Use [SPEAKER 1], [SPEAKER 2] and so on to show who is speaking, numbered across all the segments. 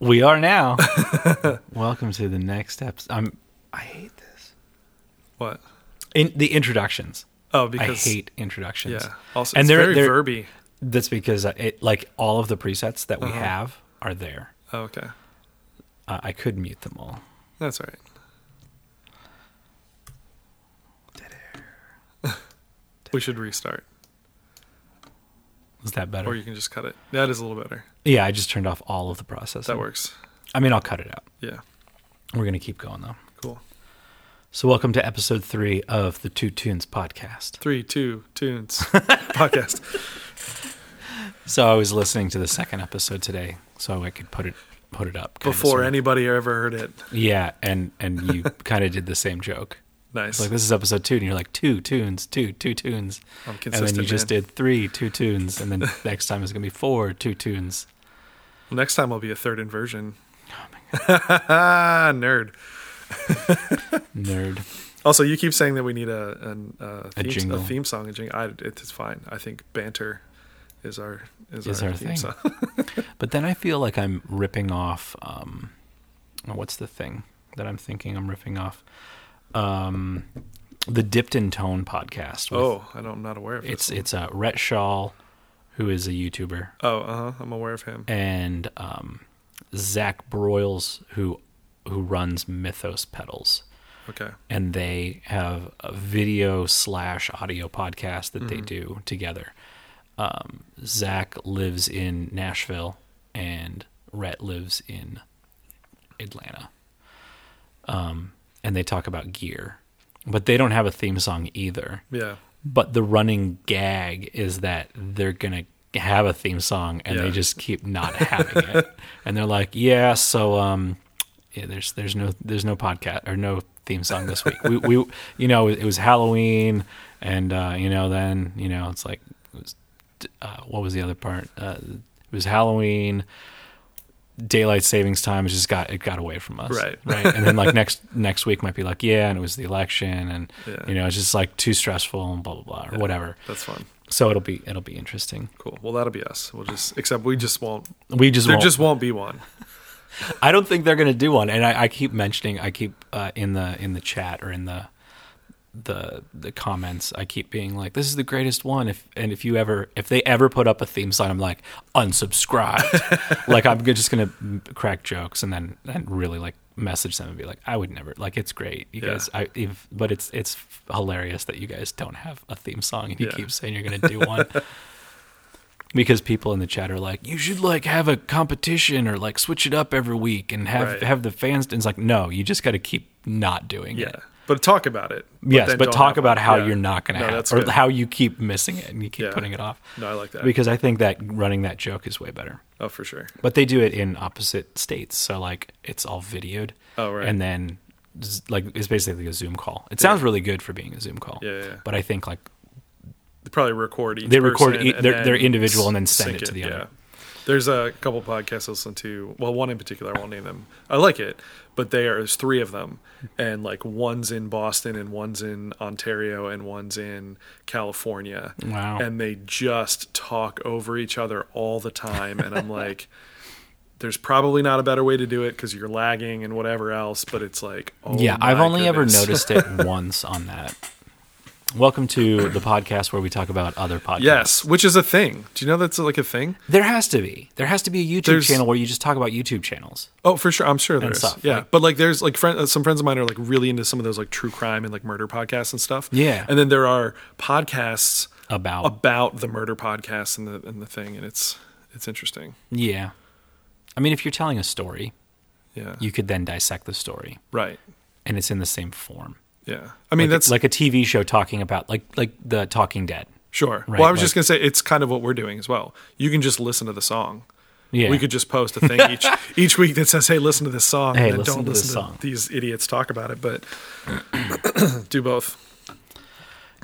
[SPEAKER 1] We are now. Welcome to the next episode. I'm. I hate this.
[SPEAKER 2] What?
[SPEAKER 1] In the introductions.
[SPEAKER 2] Oh,
[SPEAKER 1] I
[SPEAKER 2] because
[SPEAKER 1] hate introductions.
[SPEAKER 2] yeah. Also,
[SPEAKER 1] and
[SPEAKER 2] it's
[SPEAKER 1] they're,
[SPEAKER 2] very
[SPEAKER 1] they're-
[SPEAKER 2] verby.
[SPEAKER 1] That's because it like all of the presets that we
[SPEAKER 2] Uh-huh.
[SPEAKER 1] have are there.
[SPEAKER 2] Oh, okay,
[SPEAKER 1] Uh, I could mute them all.
[SPEAKER 2] that's all right. we should restart,
[SPEAKER 1] Is that better?
[SPEAKER 2] or you can just cut it. That is a little better.
[SPEAKER 1] yeah, I just turned off all of the process.
[SPEAKER 2] That works.
[SPEAKER 1] I mean, I'll cut it out.
[SPEAKER 2] Yeah,
[SPEAKER 1] We're gonna keep going though.
[SPEAKER 2] cool.
[SPEAKER 1] So, welcome to episode three of the Two Tunes podcast.
[SPEAKER 2] Three, two, tunes, podcast.
[SPEAKER 1] So, I was listening to the second episode today, so I could put it put it up kinda,
[SPEAKER 2] Before
[SPEAKER 1] sorta.
[SPEAKER 2] anybody ever heard it.
[SPEAKER 1] Yeah, and and you kind of did the same joke.
[SPEAKER 2] Nice.
[SPEAKER 1] It's like this is episode two, and you're like two tunes, two two tunes,
[SPEAKER 2] I'm
[SPEAKER 1] and then
[SPEAKER 2] consistent.
[SPEAKER 1] you just
[SPEAKER 2] man.
[SPEAKER 1] did three two tunes, and then next time it's gonna be four two tunes.
[SPEAKER 2] Next time I'll be a third inversion. Oh my god, nerd.
[SPEAKER 1] Nerd.
[SPEAKER 2] Also, you keep saying that we need a an, uh,
[SPEAKER 1] A
[SPEAKER 2] theme,
[SPEAKER 1] jingle.
[SPEAKER 2] theme song. A jingle. I, it's fine. I think banter is our is,
[SPEAKER 1] Is
[SPEAKER 2] our,
[SPEAKER 1] our
[SPEAKER 2] theme
[SPEAKER 1] thing.
[SPEAKER 2] song.
[SPEAKER 1] But then I feel like I'm ripping off. Um, oh, what's the thing that I'm thinking I'm ripping off? Um, the Dipped in Tone podcast. with-
[SPEAKER 2] oh, I don't. I'm not aware of
[SPEAKER 1] it's
[SPEAKER 2] this.
[SPEAKER 1] it's uh, Rhett Shaw, who is a YouTuber,
[SPEAKER 2] Oh, uh huh. I'm aware of him.
[SPEAKER 1] and um, Zach Broyles, who who runs Mythos Pedals.
[SPEAKER 2] Okay.
[SPEAKER 1] and they have a video slash audio podcast that they do together. Um, Zach lives in Nashville, and Rhett lives in Atlanta. Um, and they talk about gear, but they don't have a theme song either.
[SPEAKER 2] Yeah.
[SPEAKER 1] But the running gag is that they're gonna have a theme song, and they
[SPEAKER 2] Yeah.
[SPEAKER 1] just keep not having it. And they're like, "Yeah, so um, yeah, there's there's no there's no podcast or no theme song this week. We we you know it was Halloween, and uh, you know then you know it's like it was, uh, what was the other part? Uh, it was Halloween. Daylight savings time it just got it got away from us,
[SPEAKER 2] Right.
[SPEAKER 1] Right, and then like next next week might be like yeah, and it was the election, and
[SPEAKER 2] Yeah.
[SPEAKER 1] you know it's just like too stressful and blah blah blah or whatever.
[SPEAKER 2] That's fun.
[SPEAKER 1] So it'll be it'll be interesting.
[SPEAKER 2] Cool. Well, that'll be us. We'll just except we just won't.
[SPEAKER 1] We just
[SPEAKER 2] There
[SPEAKER 1] won't-
[SPEAKER 2] just won't be one.
[SPEAKER 1] I don't think they're going to do one. And I, I keep mentioning, I keep uh, in the in the chat or in the the the comments, I keep being like, "This is the greatest one." If and if you ever, if they ever put up a theme song, I'm like, unsubscribed. like I'm just going to crack jokes and then and really like message them and be like, "I would never like it's great, you
[SPEAKER 2] Yeah.
[SPEAKER 1] guys." I if, but it's it's hilarious that you guys don't have a theme song and you
[SPEAKER 2] Yeah.
[SPEAKER 1] keep saying you're going to do one because people in the chat are like, you should like have a competition or like switch it up every week and have
[SPEAKER 2] Right.
[SPEAKER 1] have the fans. And it's like, no, you just got to keep not doing
[SPEAKER 2] Yeah.
[SPEAKER 1] it.
[SPEAKER 2] But talk about it.
[SPEAKER 1] yes,
[SPEAKER 2] then
[SPEAKER 1] but
[SPEAKER 2] don't
[SPEAKER 1] talk
[SPEAKER 2] have
[SPEAKER 1] about
[SPEAKER 2] one.
[SPEAKER 1] how
[SPEAKER 2] Yeah.
[SPEAKER 1] you're not going to
[SPEAKER 2] No,
[SPEAKER 1] have
[SPEAKER 2] that's
[SPEAKER 1] or
[SPEAKER 2] good.
[SPEAKER 1] how you keep missing it and you keep
[SPEAKER 2] Yeah.
[SPEAKER 1] putting it off.
[SPEAKER 2] No, I like that.
[SPEAKER 1] Because I think that running that joke is way better.
[SPEAKER 2] oh, for sure.
[SPEAKER 1] But they do it in opposite states, so like it's all videoed.
[SPEAKER 2] Oh, right.
[SPEAKER 1] And then z- like it's basically a Zoom call. It sounds really good for being a Zoom call.
[SPEAKER 2] Yeah, yeah, yeah.
[SPEAKER 1] But I think like
[SPEAKER 2] They probably record each.
[SPEAKER 1] They record
[SPEAKER 2] person
[SPEAKER 1] e-
[SPEAKER 2] and
[SPEAKER 1] their- their
[SPEAKER 2] then
[SPEAKER 1] individual and then
[SPEAKER 2] s-
[SPEAKER 1] send
[SPEAKER 2] sync
[SPEAKER 1] it to the other.
[SPEAKER 2] There's a couple podcasts I listen to. Well, one in particular, I won't name them. I like it, but there is three of them, and like one's in Boston, and one's in Ontario, and one's in California.
[SPEAKER 1] Wow.
[SPEAKER 2] And they just talk over each other all the time, and I'm like. There's probably not a better way to do it because you're lagging and whatever else, but it's like, oh
[SPEAKER 1] Yeah, I've
[SPEAKER 2] my
[SPEAKER 1] only
[SPEAKER 2] goodness.
[SPEAKER 1] ever noticed it once on that. Welcome to the podcast where we talk about other podcasts.
[SPEAKER 2] Yes, which is a thing. Do you know that's like a thing?
[SPEAKER 1] There has to be. There has to be a YouTube
[SPEAKER 2] There's-
[SPEAKER 1] channel where you just talk about YouTube channels.
[SPEAKER 2] Oh, for sure. I'm sure there's.
[SPEAKER 1] stuff,
[SPEAKER 2] Yeah.
[SPEAKER 1] like-
[SPEAKER 2] but like there's like friend, uh, some friends of mine are like really into some of those like true crime and like murder podcasts and stuff.
[SPEAKER 1] Yeah.
[SPEAKER 2] And then there are podcasts
[SPEAKER 1] About.
[SPEAKER 2] about the murder podcast and the and the thing and it's it's interesting.
[SPEAKER 1] Yeah. I mean, if you're telling a story,
[SPEAKER 2] Yeah.
[SPEAKER 1] you could then dissect the story
[SPEAKER 2] right.
[SPEAKER 1] and it's in the same form.
[SPEAKER 2] Yeah. I mean
[SPEAKER 1] Like-
[SPEAKER 2] that's
[SPEAKER 1] like a TV show talking about like like the Talking Dead.
[SPEAKER 2] sure.
[SPEAKER 1] right,
[SPEAKER 2] well, I was just
[SPEAKER 1] like-
[SPEAKER 2] going to say it's kind of what we're doing as well. You can just listen to the song.
[SPEAKER 1] Yeah.
[SPEAKER 2] We could just post a thing each each week that says, "Hey, listen to this song,"
[SPEAKER 1] Hey,
[SPEAKER 2] and
[SPEAKER 1] listen
[SPEAKER 2] don't
[SPEAKER 1] to this
[SPEAKER 2] listen
[SPEAKER 1] song.
[SPEAKER 2] to these idiots talk about it. But do both.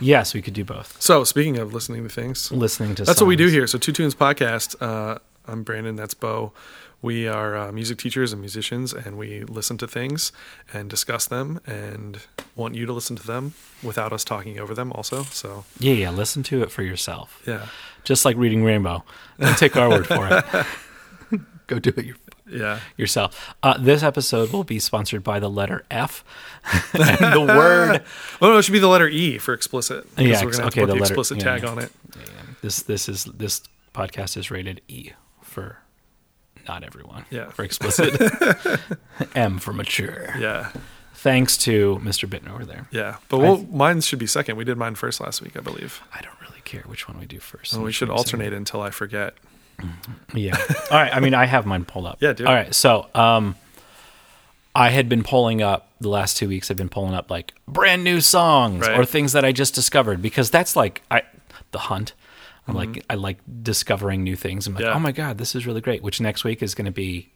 [SPEAKER 1] yes, we could do both.
[SPEAKER 2] So, speaking of listening to things,
[SPEAKER 1] Listening to
[SPEAKER 2] That's what we do
[SPEAKER 1] songs.
[SPEAKER 2] here. So Two Tunes Podcast. Uh, I'm Brandon. That's Bo. We are uh, music teachers and musicians, and we listen to things and discuss them, and want you to listen to them without us talking over them. Also, so
[SPEAKER 1] Yeah, yeah, listen to it for yourself.
[SPEAKER 2] yeah,
[SPEAKER 1] Just like reading Rainbow. Don't take our word for it. Go do it your
[SPEAKER 2] Yeah.
[SPEAKER 1] yourself. Uh, this episode will be sponsored by the letter F. and the word
[SPEAKER 2] Oh no, it should be the letter E for explicit. because
[SPEAKER 1] Yeah,
[SPEAKER 2] we're
[SPEAKER 1] ex-
[SPEAKER 2] gonna have
[SPEAKER 1] okay, the
[SPEAKER 2] to put the,
[SPEAKER 1] letter-
[SPEAKER 2] explicit
[SPEAKER 1] yeah,
[SPEAKER 2] tag
[SPEAKER 1] yeah.
[SPEAKER 2] on it.
[SPEAKER 1] this this is this podcast is rated E for not everyone.
[SPEAKER 2] Yeah.
[SPEAKER 1] For explicit. M for mature.
[SPEAKER 2] Yeah,
[SPEAKER 1] Thanks to Mr. Bitten over there.
[SPEAKER 2] yeah. But
[SPEAKER 1] I-
[SPEAKER 2] we'll, mine should be second. We did mine first last week, I believe.
[SPEAKER 1] I don't really care which one we do first.
[SPEAKER 2] So
[SPEAKER 1] and
[SPEAKER 2] we
[SPEAKER 1] which
[SPEAKER 2] should
[SPEAKER 1] one do second.
[SPEAKER 2] alternate until I forget.
[SPEAKER 1] Yeah. All right. I mean, I have mine pulled up.
[SPEAKER 2] Yeah, do it.
[SPEAKER 1] All right. So, um, I had been pulling up the last two weeks. I've been pulling up like brand new songs
[SPEAKER 2] Right.
[SPEAKER 1] or things that I just discovered because that's like I, the hunt. I'm like I like discovering new things. I'm like,
[SPEAKER 2] Mm-hmm. Yeah.
[SPEAKER 1] oh my god, this is really great. Which next week is going to be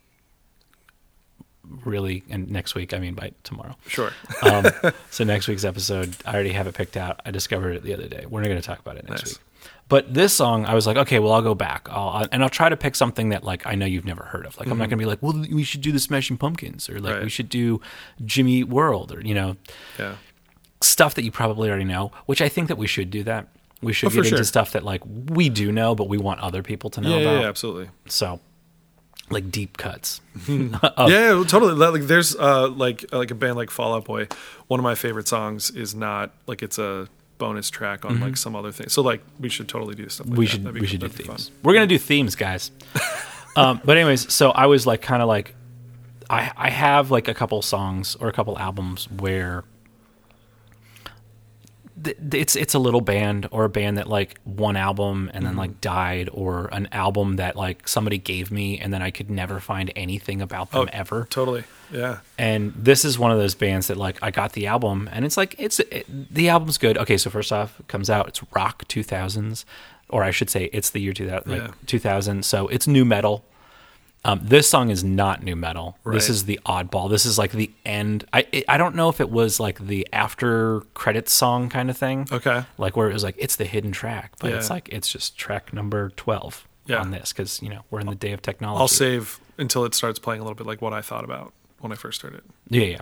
[SPEAKER 1] really, and next week I mean by tomorrow.
[SPEAKER 2] Sure.
[SPEAKER 1] Um, so next week's episode, I already have it picked out. I discovered it the other day. We're not going to talk about it next
[SPEAKER 2] Nice.
[SPEAKER 1] week. But this song, I was like, okay, well, I'll go back, I'll, I'll- and I'll try to pick something that like I know you've never heard of. Like I'm not going to be like, well, we should do the Smashing Pumpkins, or like
[SPEAKER 2] Mm-hmm. Right.
[SPEAKER 1] we should do Jimmy Eat World, or you know,
[SPEAKER 2] Yeah.
[SPEAKER 1] stuff that you probably already know. Which I think that we should do that. We should
[SPEAKER 2] Oh, for
[SPEAKER 1] get into
[SPEAKER 2] sure.
[SPEAKER 1] stuff that like we do know, but we want other people to know
[SPEAKER 2] Yeah,
[SPEAKER 1] about.
[SPEAKER 2] yeah, yeah, absolutely.
[SPEAKER 1] So, like deep cuts. Oh.
[SPEAKER 2] yeah, yeah, totally. Like, Like, there's uh, like like a band like Fall Out Boy. One of my favorite songs is not like it's a bonus track on like some other thing. So like we should totally do stuff.
[SPEAKER 1] Mm-hmm.
[SPEAKER 2] Like
[SPEAKER 1] we
[SPEAKER 2] that.
[SPEAKER 1] should
[SPEAKER 2] That'd be-
[SPEAKER 1] we should do
[SPEAKER 2] that'd be fun.
[SPEAKER 1] themes. We're gonna do themes, guys. um, but anyways, so I was like, kind of like, I I have like a couple songs or a couple albums where th- th- it's it's a little band or a band that like one album and then
[SPEAKER 2] Mm-hmm.
[SPEAKER 1] like died or an album that like somebody gave me and then I could never find anything about
[SPEAKER 2] Oh,
[SPEAKER 1] them ever
[SPEAKER 2] Totally. Yeah.
[SPEAKER 1] and this is one of those bands that like I got the album and it's like it's it, the album's good. Okay, so first off, it comes out it's rock 2000s or I should say it's the year 2000 like
[SPEAKER 2] Yeah.
[SPEAKER 1] 2000, so it's new metal. Um, this song is not new metal. This
[SPEAKER 2] Right.
[SPEAKER 1] is the oddball. This is like the end. I it- I don't know if it was like the after credits song kind of thing.
[SPEAKER 2] Okay.
[SPEAKER 1] Like where it was like it's the hidden track, but it's
[SPEAKER 2] Yeah.
[SPEAKER 1] like it's just track number 12
[SPEAKER 2] Yeah.
[SPEAKER 1] on this cuz you know, we're in the day of technology.
[SPEAKER 2] I'll save until it starts playing a little bit like what I thought about when I first heard it.
[SPEAKER 1] Yeah, yeah.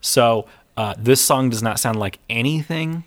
[SPEAKER 1] So uh, this song does not sound like anything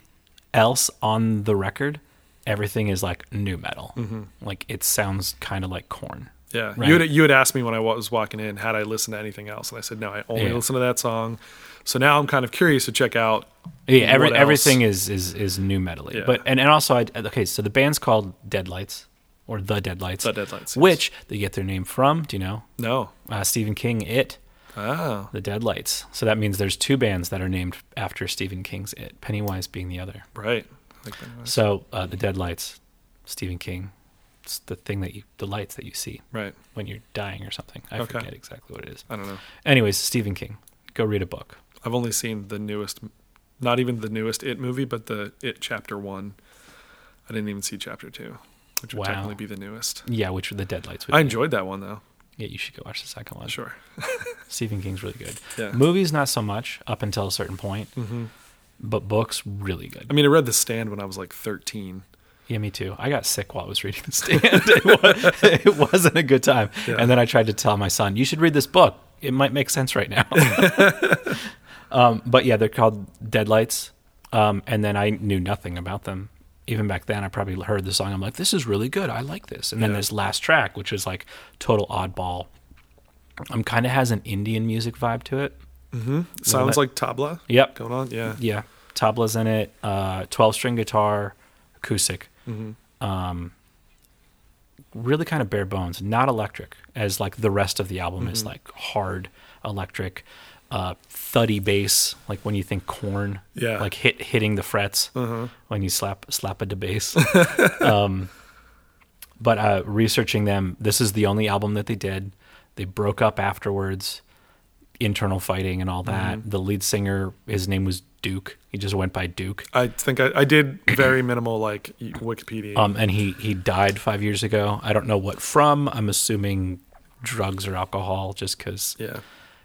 [SPEAKER 1] else on the record. Everything is like new metal.
[SPEAKER 2] Mm-hmm.
[SPEAKER 1] Like it sounds kind of like corn.
[SPEAKER 2] Yeah,
[SPEAKER 1] Right.
[SPEAKER 2] you had, you had asked me when I wa- was walking in, had I listened to anything else, and I said no, I only
[SPEAKER 1] Yeah.
[SPEAKER 2] listened to that song. So now I'm kind of curious to check out.
[SPEAKER 1] Yeah, every,
[SPEAKER 2] What else?
[SPEAKER 1] everything is is is new metally.
[SPEAKER 2] Yeah.
[SPEAKER 1] But and, and also I okay, so the band's called Deadlights or the Deadlights.
[SPEAKER 2] The Deadlights, yes.
[SPEAKER 1] Which they get their name from, do you know?
[SPEAKER 2] No,
[SPEAKER 1] Uh, Stephen King It,
[SPEAKER 2] oh,
[SPEAKER 1] The Deadlights. So that means there's two bands that are named after Stephen King's It, Pennywise being the other.
[SPEAKER 2] right. I think that was-
[SPEAKER 1] So uh, the deadlights, Stephen King, it's the thing that you, the lights that you see
[SPEAKER 2] Right.
[SPEAKER 1] when you're dying or something. I
[SPEAKER 2] Okay.
[SPEAKER 1] forget exactly what it is.
[SPEAKER 2] I don't know.
[SPEAKER 1] Anyways, Stephen King, go read a book.
[SPEAKER 2] I've only seen the newest, not even the newest It movie, but the It Chapter One. I didn't even see Chapter Two, which would
[SPEAKER 1] Wow.
[SPEAKER 2] technically be the newest.
[SPEAKER 1] Yeah, which are the deadlights. Would
[SPEAKER 2] I
[SPEAKER 1] be.
[SPEAKER 2] enjoyed that one though.
[SPEAKER 1] Yeah, you should go watch the second one.
[SPEAKER 2] Sure.
[SPEAKER 1] Stephen King's really good.
[SPEAKER 2] Yeah. Mm-hmm.
[SPEAKER 1] Movies, not so much up until a certain point. But books, really good.
[SPEAKER 2] I mean, I read The Stand when I was like 13.
[SPEAKER 1] Yeah, me too. I got sick while I was reading The Stand. it, wa- it wasn't a good time.
[SPEAKER 2] Yeah.
[SPEAKER 1] And then I tried to tell my son, you should read this book. It might make sense right now. um, but yeah, they're called Deadlights. Um, and then I knew nothing about them. Even back then, I probably heard the song. I'm like, this is really good. I like this. And then
[SPEAKER 2] Yeah.
[SPEAKER 1] this last track, which is like total oddball, um, kind of has an Indian music vibe to it.
[SPEAKER 2] Sounds
[SPEAKER 1] Mm-hmm. that-
[SPEAKER 2] like tabla
[SPEAKER 1] Yep.
[SPEAKER 2] going on. Yeah.
[SPEAKER 1] Yeah, tabla's in it. Uh, Twelve string guitar, acoustic. Um, really kind of bare bones, not electric, as like the rest of the album is like hard electric, uh, thuddy bass, like when you think corn,
[SPEAKER 2] Yeah.
[SPEAKER 1] like hit hitting the frets when you slap slap at the bass. um, but uh, researching them, this is the only album that they did. They broke up afterwards internal fighting and all that. The lead singer, his name was Duke. He just went by Duke.
[SPEAKER 2] I think I, I did very minimal like Wikipedia.
[SPEAKER 1] Um, and he he died five years ago. I don't know what from. I'm assuming drugs or alcohol, just because
[SPEAKER 2] yeah.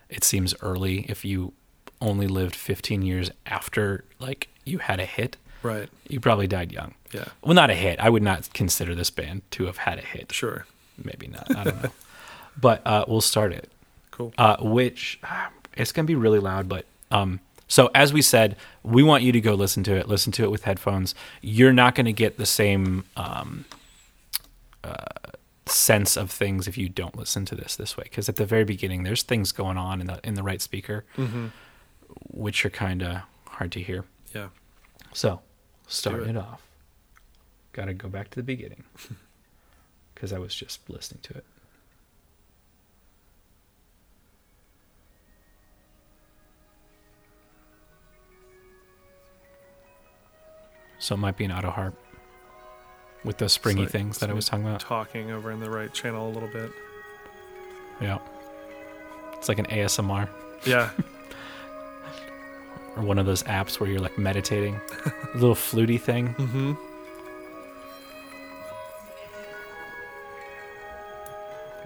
[SPEAKER 1] it seems early. If you only lived 15 years after like you had a hit,
[SPEAKER 2] Right.
[SPEAKER 1] you probably died young.
[SPEAKER 2] Yeah.
[SPEAKER 1] Well, not a hit. I would not consider this band to have had a hit.
[SPEAKER 2] Sure.
[SPEAKER 1] Maybe not. I don't know. but uh, we'll start it.
[SPEAKER 2] Cool.
[SPEAKER 1] uh, which ah, it's going to be really loud. But um, so as we said, we want you to go listen to it. Listen to it with headphones. You're not going to get the same um, uh, sense of things if you don't listen to this this way. Because at the very beginning, there's things going on in the in the right speaker, which are kind of hard to hear.
[SPEAKER 2] Yeah.
[SPEAKER 1] So, start
[SPEAKER 2] it.
[SPEAKER 1] it. off. Got to go back to the beginning because I was just listening to it. So it might be an auto harp with those springy
[SPEAKER 2] like-
[SPEAKER 1] things that I
[SPEAKER 2] it's
[SPEAKER 1] was talking about.
[SPEAKER 2] Talking over in the right channel a little bit.
[SPEAKER 1] Yeah, it's like an ASMR
[SPEAKER 2] Yeah.
[SPEAKER 1] or one of those apps where you're like meditating, a little fluty thing.
[SPEAKER 2] mm-hmm.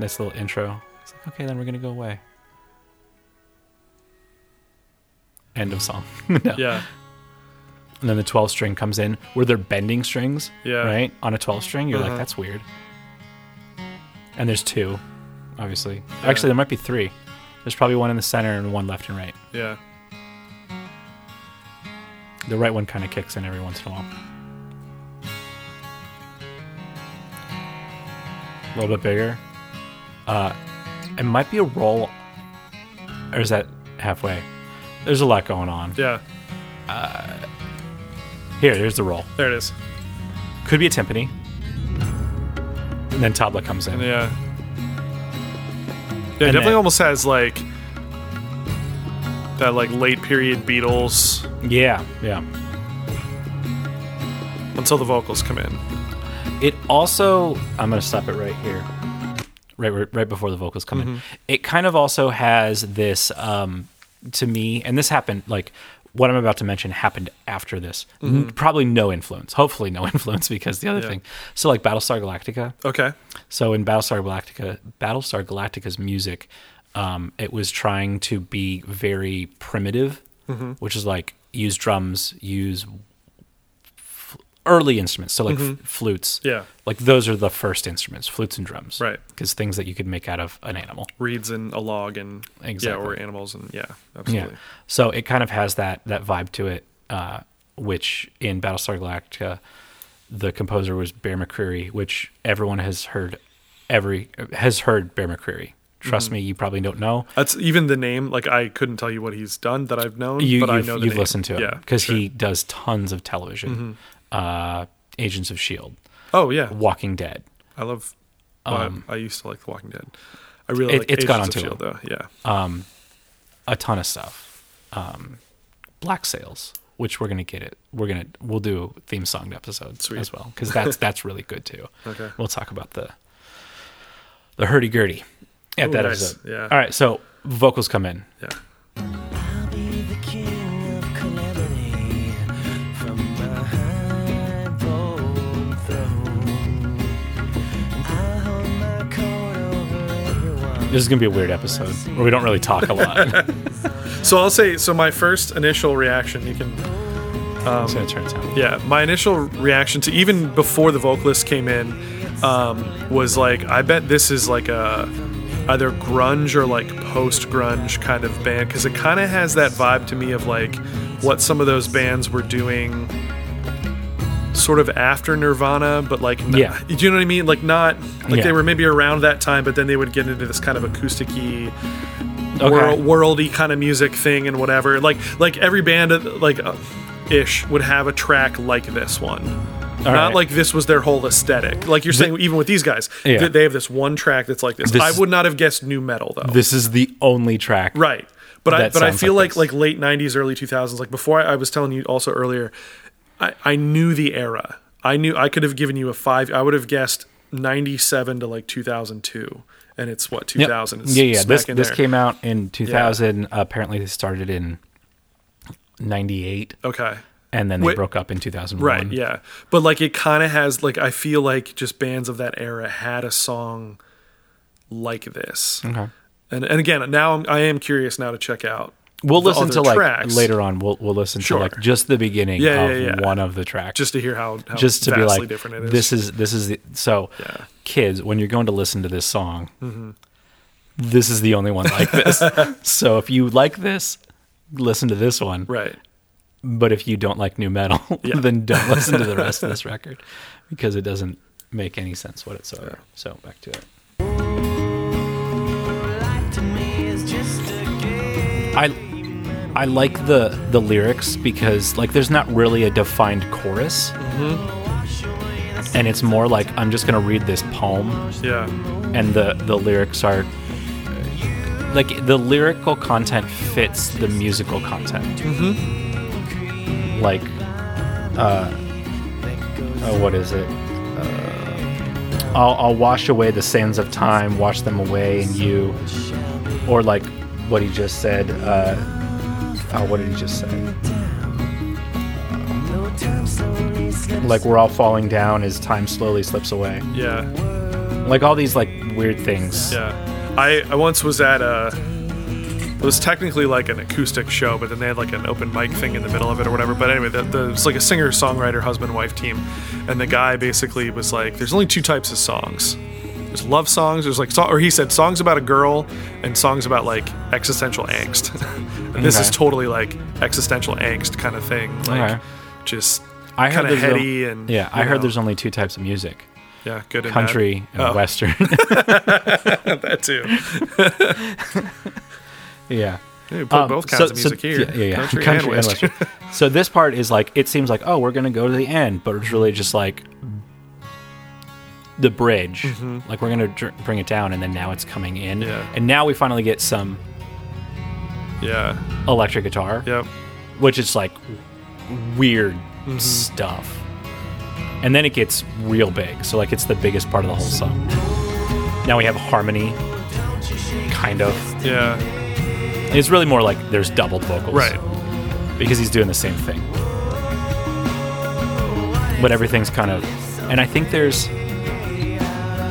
[SPEAKER 1] Nice little intro. It's like, okay, then we're gonna go away. End of song. No.
[SPEAKER 2] Yeah.
[SPEAKER 1] And then the 12 string comes in where they're bending strings,
[SPEAKER 2] Yeah.
[SPEAKER 1] right? On a 12 string, you're
[SPEAKER 2] Uh-huh.
[SPEAKER 1] like, that's weird. And there's two, obviously.
[SPEAKER 2] Yeah.
[SPEAKER 1] Actually, there might be three. There's probably one in the center and one left and right.
[SPEAKER 2] Yeah.
[SPEAKER 1] The right one kind of kicks in every once in a while. A little bit bigger. Uh, it might be a roll, or is that halfway? There's a lot going on.
[SPEAKER 2] Yeah.
[SPEAKER 1] Here, there's the roll.
[SPEAKER 2] There it is.
[SPEAKER 1] Could be a timpani. And then tabla comes in.
[SPEAKER 2] And yeah. Yeah, it
[SPEAKER 1] And
[SPEAKER 2] definitely
[SPEAKER 1] then-
[SPEAKER 2] almost has like that like late period Beatles
[SPEAKER 1] Yeah, yeah.
[SPEAKER 2] until the vocals come in.
[SPEAKER 1] It also, I'm going to stop it right here, right where- right before the vocals come in. It kind of also has this um, to me, and this happened like what I'm about to mention happened after this. N- Probably no influence. Hopefully no influence because the other
[SPEAKER 2] Yeah.
[SPEAKER 1] thing. So like Battlestar Galactica.
[SPEAKER 2] Okay.
[SPEAKER 1] So in Battlestar Galactica, Battlestar Galactica's music, um, it was trying to be very primitive,
[SPEAKER 2] Mm-hmm.
[SPEAKER 1] which is like use drums, use f- early instruments, so like f- flutes.
[SPEAKER 2] Mm-hmm. Yeah.
[SPEAKER 1] Like those are the first instruments, flutes and drums.
[SPEAKER 2] Right.
[SPEAKER 1] Because things that you could make out of an animal.
[SPEAKER 2] Reeds and a log and
[SPEAKER 1] Exactly.
[SPEAKER 2] yeah, or animals and yeah,
[SPEAKER 1] Yeah.
[SPEAKER 2] absolutely.
[SPEAKER 1] So it kind of has that that vibe to it, uh, which in Battlestar Galactica, the composer was Bear McCreary, which everyone has heard. Every has heard Bear McCreary. Trust
[SPEAKER 2] Mm-hmm.
[SPEAKER 1] me, you probably don't know.
[SPEAKER 2] That's even the name. Like I couldn't tell you what he's done that I've known,
[SPEAKER 1] You,
[SPEAKER 2] but I
[SPEAKER 1] you've,
[SPEAKER 2] know the
[SPEAKER 1] you've
[SPEAKER 2] name.
[SPEAKER 1] listened to him
[SPEAKER 2] Yeah,
[SPEAKER 1] because
[SPEAKER 2] sure. Mm-hmm.
[SPEAKER 1] he does tons of television. Uh, Agents of Shield,
[SPEAKER 2] Oh yeah,
[SPEAKER 1] Walking Dead.
[SPEAKER 2] I love. well, I I used to like The Walking Dead. I really
[SPEAKER 1] Um, it-
[SPEAKER 2] like
[SPEAKER 1] it's
[SPEAKER 2] Agents
[SPEAKER 1] gone
[SPEAKER 2] of
[SPEAKER 1] on too
[SPEAKER 2] Shield though. Yeah,
[SPEAKER 1] a ton of stuff. Um, Black Sails, which we're gonna get it. We're gonna we'll do theme song episodes
[SPEAKER 2] Sweet.
[SPEAKER 1] as well because that's that's really good too.
[SPEAKER 2] Okay.
[SPEAKER 1] we'll talk about the the hurdy gurdy at
[SPEAKER 2] Ooh,
[SPEAKER 1] that
[SPEAKER 2] nice.
[SPEAKER 1] episode.
[SPEAKER 2] Yeah.
[SPEAKER 1] All right, so vocals come in.
[SPEAKER 2] yeah,
[SPEAKER 3] I'll be the king of calamity from my high bone throne. I hold my coat over everyone.
[SPEAKER 1] This is gonna be a weird episode where we don't really talk a lot.
[SPEAKER 2] So I'll say so. My first initial reaction, you can
[SPEAKER 1] so it turns out.
[SPEAKER 2] Um, Yeah, my initial reaction to even before the vocalist came in um, was like, I bet this is like a either grunge or like post grunge kind of band because it kind of has that vibe to me of like what some of those bands were doing sort of after Nirvana, but like, n-
[SPEAKER 1] Yeah.
[SPEAKER 2] do you know what I mean? Like, not like
[SPEAKER 1] Yeah.
[SPEAKER 2] they were maybe around that time, but then they would get into this kind of acoustic y
[SPEAKER 1] Okay.
[SPEAKER 2] world, worldy kind of music thing and whatever. Like like every band uh, like uh, ish would have a track like this one.
[SPEAKER 1] All
[SPEAKER 2] Not
[SPEAKER 1] right.
[SPEAKER 2] like this was their whole aesthetic. Like you're saying, even with these guys,
[SPEAKER 1] Yeah.
[SPEAKER 2] th- they have this one track that's like this.
[SPEAKER 1] This
[SPEAKER 2] I
[SPEAKER 1] is-
[SPEAKER 2] would not have guessed new metal though.
[SPEAKER 1] this is the only track.
[SPEAKER 2] Right. But I
[SPEAKER 1] That
[SPEAKER 2] but I
[SPEAKER 1] sounds
[SPEAKER 2] feel
[SPEAKER 1] like
[SPEAKER 2] like
[SPEAKER 1] this.
[SPEAKER 2] like, late '90s, early 2000s. Like before, I, I was telling you also earlier, I, I knew the era. I knew I could have given you a five. I would have guessed '97 to like 2002, and it's what
[SPEAKER 1] Yep.
[SPEAKER 2] 2000. It's
[SPEAKER 1] Yeah, yeah. This
[SPEAKER 2] smack in
[SPEAKER 1] this
[SPEAKER 2] there.
[SPEAKER 1] came out in 2000. apparently, they started in 98,
[SPEAKER 2] okay.
[SPEAKER 1] and then they
[SPEAKER 2] Wait.
[SPEAKER 1] broke up in 2001.
[SPEAKER 2] Right, yeah. But like it kind of has like I feel like just bands of that era had a song like this.
[SPEAKER 1] Okay.
[SPEAKER 2] And and again, now I'm, I am curious now to check out.
[SPEAKER 1] We'll
[SPEAKER 2] the
[SPEAKER 1] listen
[SPEAKER 2] other
[SPEAKER 1] to like
[SPEAKER 2] tracks
[SPEAKER 1] later on. We'll we'll listen
[SPEAKER 2] Sure.
[SPEAKER 1] to like just the beginning
[SPEAKER 2] Yeah,
[SPEAKER 1] of
[SPEAKER 2] yeah, yeah.
[SPEAKER 1] one of the tracks,
[SPEAKER 2] just to hear how, how
[SPEAKER 1] just to be
[SPEAKER 2] vastly
[SPEAKER 1] like
[SPEAKER 2] different it is.
[SPEAKER 1] this is this is the so
[SPEAKER 2] Yeah. Mm-hmm.
[SPEAKER 1] kids when you're going to listen to this song, this is the only one like this. so if you like this, listen to this one.
[SPEAKER 2] right.
[SPEAKER 1] But if you don't like new metal,
[SPEAKER 2] Yeah.
[SPEAKER 1] then don't listen to the rest of this record because it doesn't make any sense whatsoever. So back to it.
[SPEAKER 3] Life to me is just a game.
[SPEAKER 1] I I like the the lyrics because like there's not really a defined chorus,
[SPEAKER 2] Mm-hmm.
[SPEAKER 1] and it's more like I'm just gonna read this poem,
[SPEAKER 2] Yeah.
[SPEAKER 1] and the the lyrics are like the lyrical content fits the musical content.
[SPEAKER 2] Mm-hmm.
[SPEAKER 1] Like, uh, oh, what is it? Uh, I'll, I'll wash away the sands of time, wash them away in you, or like what he just said. Uh, oh, what did he just say?
[SPEAKER 3] No time slowly slips
[SPEAKER 1] like we're all falling down as time slowly slips away
[SPEAKER 2] Yeah.
[SPEAKER 1] like all these like weird things
[SPEAKER 2] Yeah. I, I once was at a. It was technically like an acoustic show, but then they had like an open mic thing in the middle of it or whatever. But anyway, the, the, it's like a singer, songwriter, husband, wife team. And the guy basically was like, there's only two types of songs. There's love songs. There's like, so- or he said songs about a girl and songs about like existential angst. and this
[SPEAKER 1] Okay.
[SPEAKER 2] is totally like existential angst kind of thing. Like
[SPEAKER 1] Okay.
[SPEAKER 2] just
[SPEAKER 1] i heard
[SPEAKER 2] kind of
[SPEAKER 1] there's
[SPEAKER 2] heady
[SPEAKER 1] o-
[SPEAKER 2] and.
[SPEAKER 1] yeah i
[SPEAKER 2] you
[SPEAKER 1] heard
[SPEAKER 2] know,
[SPEAKER 1] there's only two types of music
[SPEAKER 2] yeah, good and bad.
[SPEAKER 1] country uh, and
[SPEAKER 2] Oh,
[SPEAKER 1] western
[SPEAKER 2] that too.
[SPEAKER 1] yeah
[SPEAKER 2] Yeah, we play
[SPEAKER 1] Um,
[SPEAKER 2] both kinds
[SPEAKER 1] so-
[SPEAKER 2] of music
[SPEAKER 1] so,
[SPEAKER 2] here.
[SPEAKER 1] yeah, yeah, yeah.
[SPEAKER 2] Country, and western.
[SPEAKER 1] western. so this part is like it seems like oh we're gonna go to the end but it's really just like the bridge like we're gonna dr- bring it down and then now it's coming in
[SPEAKER 2] Mm-hmm. Yeah.
[SPEAKER 1] and now we finally get some
[SPEAKER 2] yeah.
[SPEAKER 1] electric guitar
[SPEAKER 2] Yep.
[SPEAKER 1] which is like weird
[SPEAKER 2] Mm-hmm.
[SPEAKER 1] stuff. And then it gets real big. So like it's the biggest part of the whole song. Now we have harmony kind of.
[SPEAKER 2] Yeah.
[SPEAKER 1] It's really more like there's doubled vocals.
[SPEAKER 2] Right.
[SPEAKER 1] Because he's doing the same thing. But everything's kind of and I think there's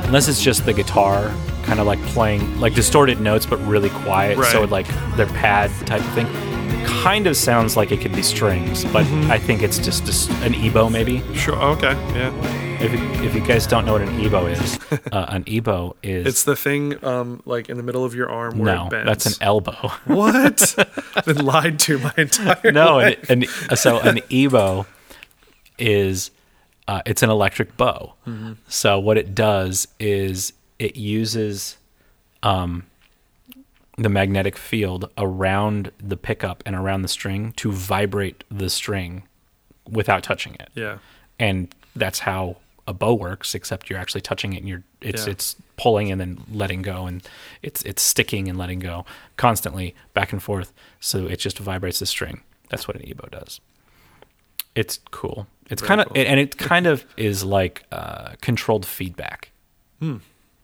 [SPEAKER 1] unless it's just the guitar kind of like playing like distorted notes but really quiet so
[SPEAKER 2] Right.
[SPEAKER 1] like their pad type of thing kind of sounds like it could be strings but
[SPEAKER 2] Mm-hmm.
[SPEAKER 1] i think it's just dis- an ebow maybe
[SPEAKER 2] Sure. Okay. Yeah.
[SPEAKER 1] if you, if you guys don't know what an ebow is uh, an ebow is
[SPEAKER 2] It's the thing, um, like in the middle of your arm where
[SPEAKER 1] no
[SPEAKER 2] it bends.
[SPEAKER 1] that's an elbow
[SPEAKER 2] What? Been lied to my entire.
[SPEAKER 1] no
[SPEAKER 2] life.
[SPEAKER 1] an, an, so an ebow is uh, it's an electric bow so what it does is it uses um, the magnetic field around the pickup and around the string to vibrate the string without touching it
[SPEAKER 2] Yeah.
[SPEAKER 1] and that's how a bow works except you're actually touching it and you're it's
[SPEAKER 2] Yeah.
[SPEAKER 1] it's pulling and then letting go and it's it's sticking and letting go constantly back and forth so it just vibrates the string that's what an ebow does it's cool it's
[SPEAKER 2] Very
[SPEAKER 1] kind of
[SPEAKER 2] cool.
[SPEAKER 1] and it kind of is like uh controlled feedback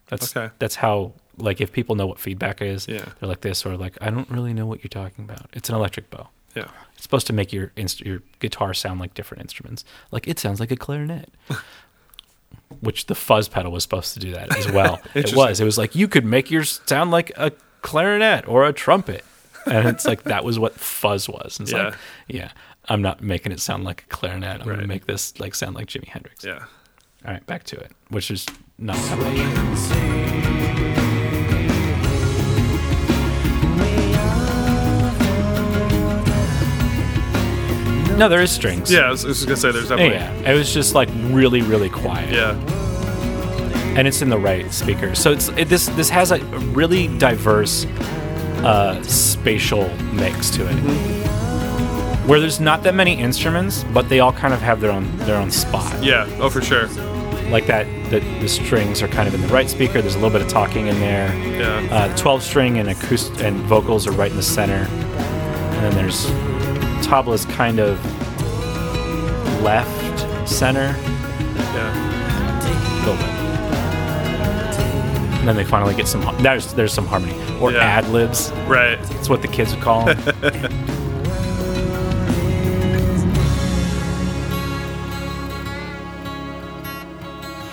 [SPEAKER 1] that's
[SPEAKER 2] Hmm. Okay.
[SPEAKER 1] that's how like if people know what feedback is
[SPEAKER 2] Yeah.
[SPEAKER 1] they're like this or like i don't really know what you're talking about it's an electric bow
[SPEAKER 2] Yeah.
[SPEAKER 1] it's supposed to make your inst- your guitar sound like different instruments. Like it sounds like a clarinet. Which the fuzz pedal was supposed to do that as well. it
[SPEAKER 2] Interesting.
[SPEAKER 1] was. It was like you could make yours sound like a clarinet or a trumpet. And it's like that was what fuzz was. And it's like, yeah, I'm not making it sound like a clarinet. I'm gonna
[SPEAKER 2] Right.
[SPEAKER 1] make this like sound like Jimi Hendrix.
[SPEAKER 2] Yeah.
[SPEAKER 1] All right, back to it. Which is not something. No, there is strings.
[SPEAKER 2] Yeah. I was, I was gonna say there's definitely.
[SPEAKER 1] Yeah, it was just like really, really quiet,
[SPEAKER 2] Yeah.
[SPEAKER 1] and it's in the right speaker. So it's it, this this has a really diverse uh, spatial mix to it, where there's not that many instruments, but they all kind of have their own their own spot.
[SPEAKER 2] Yeah. Oh, for sure.
[SPEAKER 1] Like that, the, the strings are kind of in the right speaker. There's a little bit of talking in there.
[SPEAKER 2] Yeah.
[SPEAKER 1] Uh, 12 string and acoustic and vocals are right in the center, and then there's tabla's kind of left center.
[SPEAKER 2] Yeah.
[SPEAKER 1] little bit. And then they finally get some. There's there's some harmony or
[SPEAKER 2] Yeah.
[SPEAKER 1] ad libs.
[SPEAKER 2] Right.
[SPEAKER 1] It's what the kids would call 'em.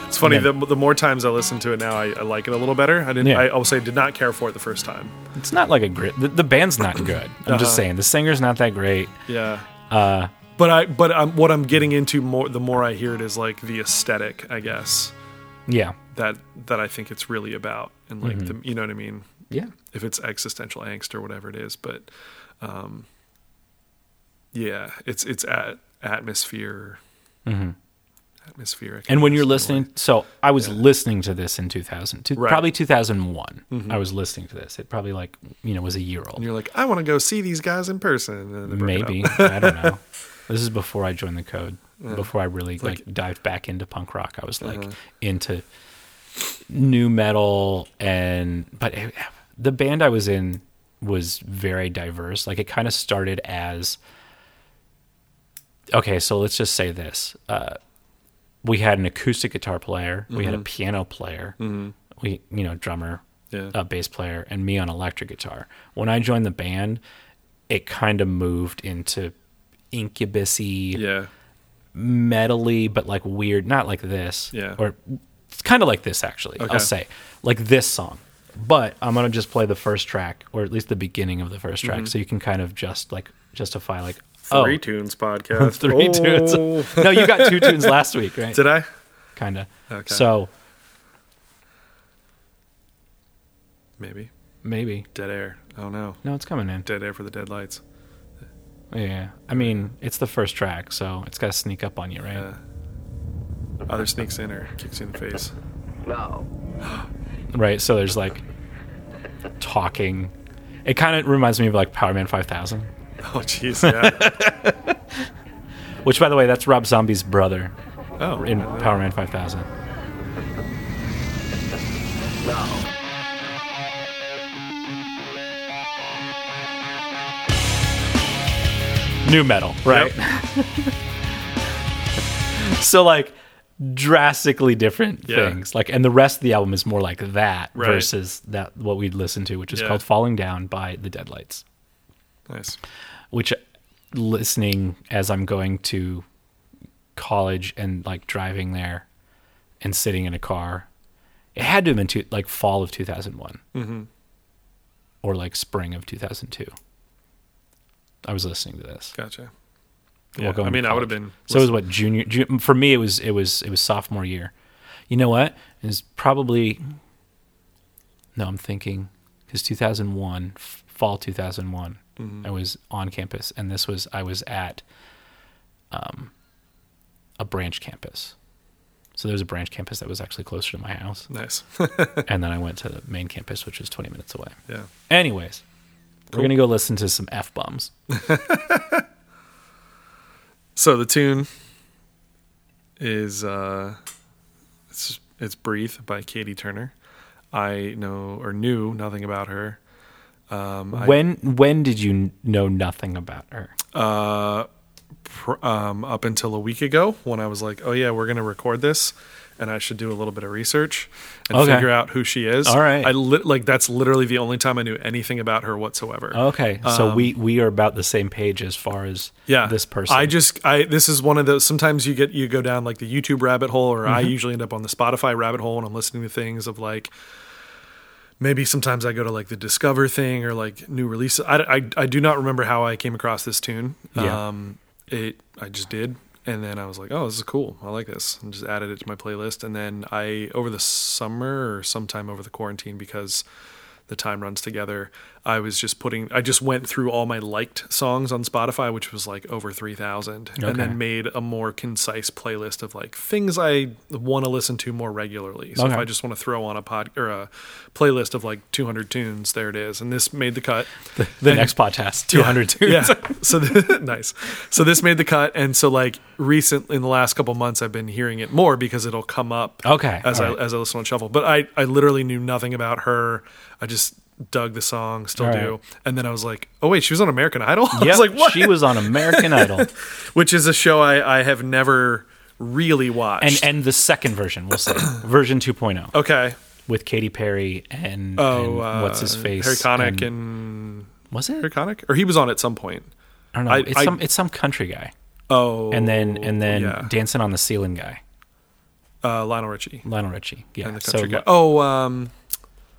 [SPEAKER 2] It's funny.
[SPEAKER 1] And
[SPEAKER 2] The, the more times I listen to it now, I, I like it a little better. I didn't.
[SPEAKER 1] Yeah.
[SPEAKER 2] I, I'll say I did not care for it the first time.
[SPEAKER 1] it's not like a great. The, the band's not good. I'm
[SPEAKER 2] Uh-huh.
[SPEAKER 1] just saying the singer's not that great.
[SPEAKER 2] Yeah. Uh, but I but I'm, what I'm getting into more the more I hear it is like the aesthetic, I guess
[SPEAKER 1] Yeah.
[SPEAKER 2] that that I think it's really about, and like
[SPEAKER 1] Mm-hmm.
[SPEAKER 2] the you know what I mean.
[SPEAKER 1] Yeah.
[SPEAKER 2] If it's existential angst or whatever it is, but um, yeah, it's it's at atmosphere. atmospheric.
[SPEAKER 1] Mm-hmm. And when you're
[SPEAKER 2] atmosphere.
[SPEAKER 1] listening, so I was listening to this in 2000, two-
[SPEAKER 2] Right.
[SPEAKER 1] probably 2001. I was listening to this. It probably like you know was a year
[SPEAKER 2] and
[SPEAKER 1] old,
[SPEAKER 2] you're like, I want to go see these guys in person. And then they broke it up.
[SPEAKER 1] maybe. I don't know. This is before I joined the code. Before I really like, dived back into punk rock, I was like
[SPEAKER 2] Uh-huh.
[SPEAKER 1] into new metal and but it, the band I was in was very diverse. Like it kind of started as okay, so let's just say this. Uh, we had an acoustic guitar player, we
[SPEAKER 2] Mm-hmm.
[SPEAKER 1] had a piano player, we you know drummer,
[SPEAKER 2] Yeah.
[SPEAKER 1] a bass player, and me on electric guitar. When I joined the band, it kind of moved into incubusy
[SPEAKER 2] Yeah.
[SPEAKER 1] metally but like weird not like this
[SPEAKER 2] Yeah.
[SPEAKER 1] or it's kind of like this actually
[SPEAKER 2] Okay.
[SPEAKER 1] i'll say like this song but i'm gonna just play the first track or at least the beginning of the first track so you can kind of just like justify like oh
[SPEAKER 2] Mm-hmm. Three tunes podcast.
[SPEAKER 1] three tunes
[SPEAKER 2] Oh.
[SPEAKER 1] no you got two tunes last week right
[SPEAKER 2] Did I?
[SPEAKER 1] kind of
[SPEAKER 2] Okay.
[SPEAKER 1] so
[SPEAKER 2] Maybe.
[SPEAKER 1] maybe
[SPEAKER 2] Dead air. Oh no.
[SPEAKER 1] no it's coming in
[SPEAKER 2] Dead air for the dead lights.
[SPEAKER 1] yeah i mean it's the first track so it's gotta sneak up on you right
[SPEAKER 2] Uh, other sneaks in or kicks you in the face.
[SPEAKER 1] right so there's like talking it kind of reminds me of like power man 5000
[SPEAKER 2] Oh jeez. Yeah.
[SPEAKER 1] Which, by the way, that's Rob Zombie's brother
[SPEAKER 2] Oh.
[SPEAKER 1] in Power Man 5000. New metal, right? so, like, drastically different
[SPEAKER 2] Yeah.
[SPEAKER 1] things. Like, and the rest of the album is more like that
[SPEAKER 2] Right.
[SPEAKER 1] versus that what we'd listen to, which is
[SPEAKER 2] Yeah.
[SPEAKER 1] called "Falling Down" by the Deadlights
[SPEAKER 2] Nice.
[SPEAKER 1] which uh, listening as I'm going to college and like driving there and sitting in a car, it had to have been two, like fall of 2001
[SPEAKER 2] Mm-hmm.
[SPEAKER 1] or like spring of 2002. I was listening to this.
[SPEAKER 2] Gotcha.
[SPEAKER 1] while
[SPEAKER 2] Yeah,
[SPEAKER 1] going
[SPEAKER 2] I
[SPEAKER 1] to
[SPEAKER 2] mean, I would have
[SPEAKER 1] college.
[SPEAKER 2] been.
[SPEAKER 1] So it was what junior, ju- for me, it was, it was, it was sophomore year. You know what? It was probably, no, I'm thinking because 2001, f- fall 2001, I was on campus and this was, I was at um, a branch campus. So there was a branch campus that was actually closer to my house.
[SPEAKER 2] nice.
[SPEAKER 1] and then I went to the main campus, which was 20 minutes away.
[SPEAKER 2] yeah.
[SPEAKER 1] Anyways, we're going to go listen to some F bombs.
[SPEAKER 2] So the tune is uh, it's it's "Breathe" by Katie Turner. I know or knew nothing about her. Um, I-
[SPEAKER 1] When, when did you n- know nothing about her?
[SPEAKER 2] uh, pr- um, up until a week ago when I was like, oh yeah, we're gonna record this, and I should do a little bit of research and
[SPEAKER 1] Okay.
[SPEAKER 2] figure out who she is.
[SPEAKER 1] All right.
[SPEAKER 2] I lit like that's literally the only time I knew anything about her whatsoever.
[SPEAKER 1] Okay, so we we are about the same page as far as
[SPEAKER 2] Um, yeah
[SPEAKER 1] this person.
[SPEAKER 2] i just i this is one of those sometimes you get you go down like the youtube rabbit hole or
[SPEAKER 1] Mm-hmm.
[SPEAKER 2] i usually end up on the spotify rabbit hole when i'm listening to things of like maybe sometimes i go to like the discover thing or like new releases i i, I do not remember how i came across this tune
[SPEAKER 1] Yeah.
[SPEAKER 2] um it i just did and then I was like, "Oh, this is cool. I like this." And just added it to my playlist. And then I, over the summer or sometime over the quarantine, because the time runs together. I was just putting, I just went through all my liked songs on Spotify, which was like over 3,000, and
[SPEAKER 1] Okay.
[SPEAKER 2] then made a more concise playlist of like things I want to listen to more regularly. So if
[SPEAKER 1] Okay.
[SPEAKER 2] I just want to throw on a pod or a playlist of like 200 tunes, there it is. And this made the cut.
[SPEAKER 1] the next podcast two hundred two.
[SPEAKER 2] Yeah. So th- nice. So this made the cut, and so like recent in the last couple months, I've been hearing it more because it'll come up.
[SPEAKER 1] Okay,
[SPEAKER 2] As I
[SPEAKER 1] alright.
[SPEAKER 2] as I listen on shuffle, but I I literally knew nothing about her. I just dug the song, still do,
[SPEAKER 1] Alright.
[SPEAKER 2] and then I was like, oh wait, she was on American Idol. I
[SPEAKER 1] Yep,
[SPEAKER 2] was like, what?
[SPEAKER 1] she was on American Idol,
[SPEAKER 2] Which is a show I I have never really watched.
[SPEAKER 1] and and the second version we'll say version 2.0
[SPEAKER 2] okay.
[SPEAKER 1] with Katy Perry and,
[SPEAKER 2] Oh,
[SPEAKER 1] and
[SPEAKER 2] uh,
[SPEAKER 1] what's his face
[SPEAKER 2] Harry Connick and,
[SPEAKER 1] was it?
[SPEAKER 2] Harry Connick, or he was on at some point.
[SPEAKER 1] I don't know.
[SPEAKER 2] I-
[SPEAKER 1] it's
[SPEAKER 2] I-
[SPEAKER 1] some it's some country guy,
[SPEAKER 2] Oh,
[SPEAKER 1] and then and then
[SPEAKER 2] yeah.
[SPEAKER 1] Dancing on the Ceiling guy,
[SPEAKER 2] uh, Lionel Richie.
[SPEAKER 1] Lionel Richie. Yeah,
[SPEAKER 2] and the
[SPEAKER 1] so
[SPEAKER 2] country guy.
[SPEAKER 1] I'm
[SPEAKER 2] Oh, um,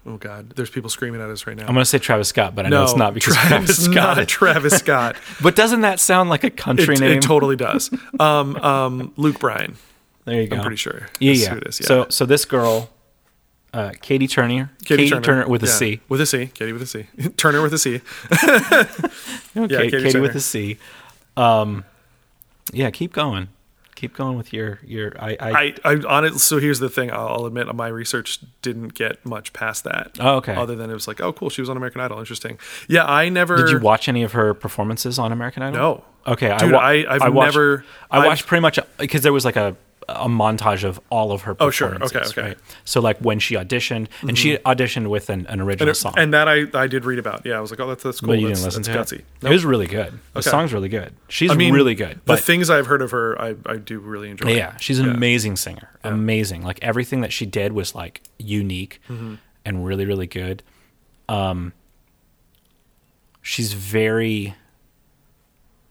[SPEAKER 2] oh God, there's people screaming at us right now.
[SPEAKER 1] gonna say Travis Scott, but I know it's not because Travis Scott.
[SPEAKER 2] Not Travis Scott.
[SPEAKER 1] but doesn't that sound like a country
[SPEAKER 2] it,
[SPEAKER 1] name?
[SPEAKER 2] it totally does. Um, um, Luke Bryan.
[SPEAKER 1] There you go.
[SPEAKER 2] I'm pretty sure.
[SPEAKER 1] Yeah,
[SPEAKER 2] That's
[SPEAKER 1] yeah.
[SPEAKER 2] who it is, yeah.
[SPEAKER 1] So, so this girl, uh, Katie Turner,
[SPEAKER 2] Katie,
[SPEAKER 1] Turner, with a
[SPEAKER 2] yeah.
[SPEAKER 1] C,
[SPEAKER 2] With a C. Katie with a C. Turner with a C.
[SPEAKER 1] okay,
[SPEAKER 2] Katie
[SPEAKER 1] Katie, with
[SPEAKER 2] Turner.
[SPEAKER 1] a C. Um, yeah, keep going. Keep going with your your. I. I,
[SPEAKER 2] I, I honestly, so here's the thing. I'll I'll admit my research didn't get much past that.
[SPEAKER 1] Oh, okay.
[SPEAKER 2] Other than it was like, oh, cool, she was on American Idol. Interesting. Yeah, I never.
[SPEAKER 1] did you watch any of her performances on American Idol?
[SPEAKER 2] No.
[SPEAKER 1] Okay.
[SPEAKER 2] Dude,
[SPEAKER 1] wa-
[SPEAKER 2] I- I've
[SPEAKER 1] watched,
[SPEAKER 2] never-
[SPEAKER 1] I
[SPEAKER 2] I've-
[SPEAKER 1] watched pretty much because there was like a a montage of all of her.
[SPEAKER 2] Oh, sure.
[SPEAKER 1] Performances,
[SPEAKER 2] Okay, okay.
[SPEAKER 1] Right? So like when she auditioned, and she auditioned with an, an original
[SPEAKER 2] And,
[SPEAKER 1] song,
[SPEAKER 2] and that I, I did read about. Yeah, I was like, oh, that's that's cool.
[SPEAKER 1] but you
[SPEAKER 2] that's,
[SPEAKER 1] didn't listen
[SPEAKER 2] that's
[SPEAKER 1] to
[SPEAKER 2] gutsy.
[SPEAKER 1] it. It was really good. The
[SPEAKER 2] Okay.
[SPEAKER 1] song's really good. She's
[SPEAKER 2] I mean,
[SPEAKER 1] really good.
[SPEAKER 2] The
[SPEAKER 1] But
[SPEAKER 2] things I've heard of her, I, I do really enjoy.
[SPEAKER 1] yeah, she's an amazing singer. Amazing. Like everything that she did was like unique and really really good. Um she's very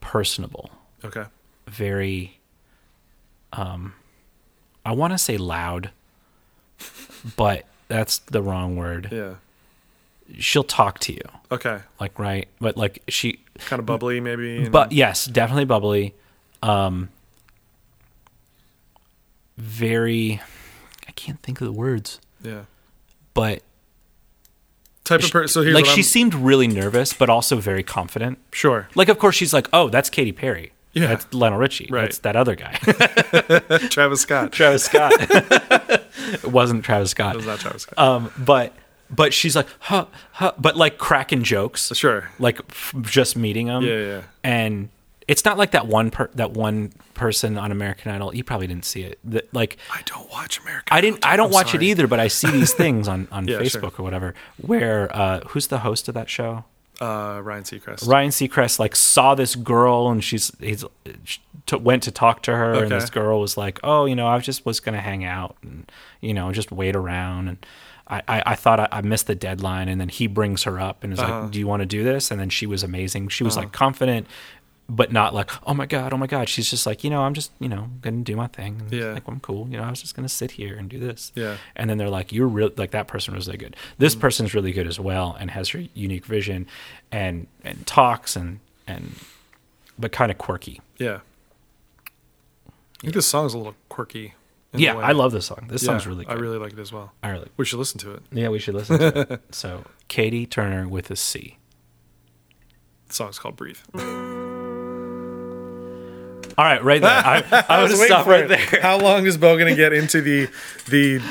[SPEAKER 1] personable.
[SPEAKER 2] Okay.
[SPEAKER 1] very um I want to say loud, but that's the wrong word.
[SPEAKER 2] Yeah.
[SPEAKER 1] She'll talk to you.
[SPEAKER 2] Okay.
[SPEAKER 1] Like right, but like she
[SPEAKER 2] Kind of bubbly, maybe. and-
[SPEAKER 1] but yes, definitely bubbly. Um very I can't think of the words,
[SPEAKER 2] yeah.
[SPEAKER 1] but
[SPEAKER 2] Type of person. So here's
[SPEAKER 1] like
[SPEAKER 2] what
[SPEAKER 1] she
[SPEAKER 2] I'm-
[SPEAKER 1] seemed really nervous but also very confident.
[SPEAKER 2] sure.
[SPEAKER 1] Like of course she's like, "Oh, that's Katy Perry."
[SPEAKER 2] Yeah.
[SPEAKER 1] That's Lionel Richie.
[SPEAKER 2] Right.
[SPEAKER 1] That's that other guy.
[SPEAKER 2] Travis Scott.
[SPEAKER 1] Travis Scott. it wasn't Travis Scott.
[SPEAKER 2] That was not Travis Scott.
[SPEAKER 1] um, but but she's like, huh, huh, but like cracking jokes,
[SPEAKER 2] sure.
[SPEAKER 1] like f- just meeting him.
[SPEAKER 2] Yeah, yeah, yeah.
[SPEAKER 1] And it's not like that one per- that one person on American Idol. You probably didn't see it. That like
[SPEAKER 2] I don't watch American.
[SPEAKER 1] I didn't.
[SPEAKER 2] Idol.
[SPEAKER 1] I don't
[SPEAKER 2] I'm
[SPEAKER 1] watch it
[SPEAKER 2] sorry.
[SPEAKER 1] either. But I see these things on on
[SPEAKER 2] Yeah, sure.
[SPEAKER 1] Facebook or whatever. Where uh, who's the host of that show?
[SPEAKER 2] Uh, Ryan Seacrest.
[SPEAKER 1] Ryan Seacrest like saw this girl and she's he's she t- went to talk to her and
[SPEAKER 2] Okay.
[SPEAKER 1] this girl was like, oh, you know, I just was gonna hang out and you know just wait around and I I, I thought I, I missed the deadline and then he brings her up and is
[SPEAKER 2] Uh-huh.
[SPEAKER 1] like, do you want to do this? And then she was amazing. She was like confident. But not like, oh my god, oh my god. She's just like, you know, I'm just, you know, gonna do my thing. And
[SPEAKER 2] Yeah.
[SPEAKER 1] like I'm cool. You know, I was just gonna sit here and do this.
[SPEAKER 2] Yeah. Mm-hmm.
[SPEAKER 1] And then they're like, you're real, like that person was really good. This person's really good as well and has her unique vision and, and talks and, and, but kind of quirky.
[SPEAKER 2] Yeah. I think this song's a little quirky. in a
[SPEAKER 1] Yeah.
[SPEAKER 2] way.
[SPEAKER 1] I love this song. This
[SPEAKER 2] Yeah,
[SPEAKER 1] song's really good.
[SPEAKER 2] I really like it as well.
[SPEAKER 1] I really-
[SPEAKER 2] We should listen to it.
[SPEAKER 1] yeah, we should listen to it. So Katie Turner with a C.
[SPEAKER 2] The song's called "Breathe."
[SPEAKER 1] All right. Right there. I, I, was going to stop right there.
[SPEAKER 2] How long is Bo gonna get into the the?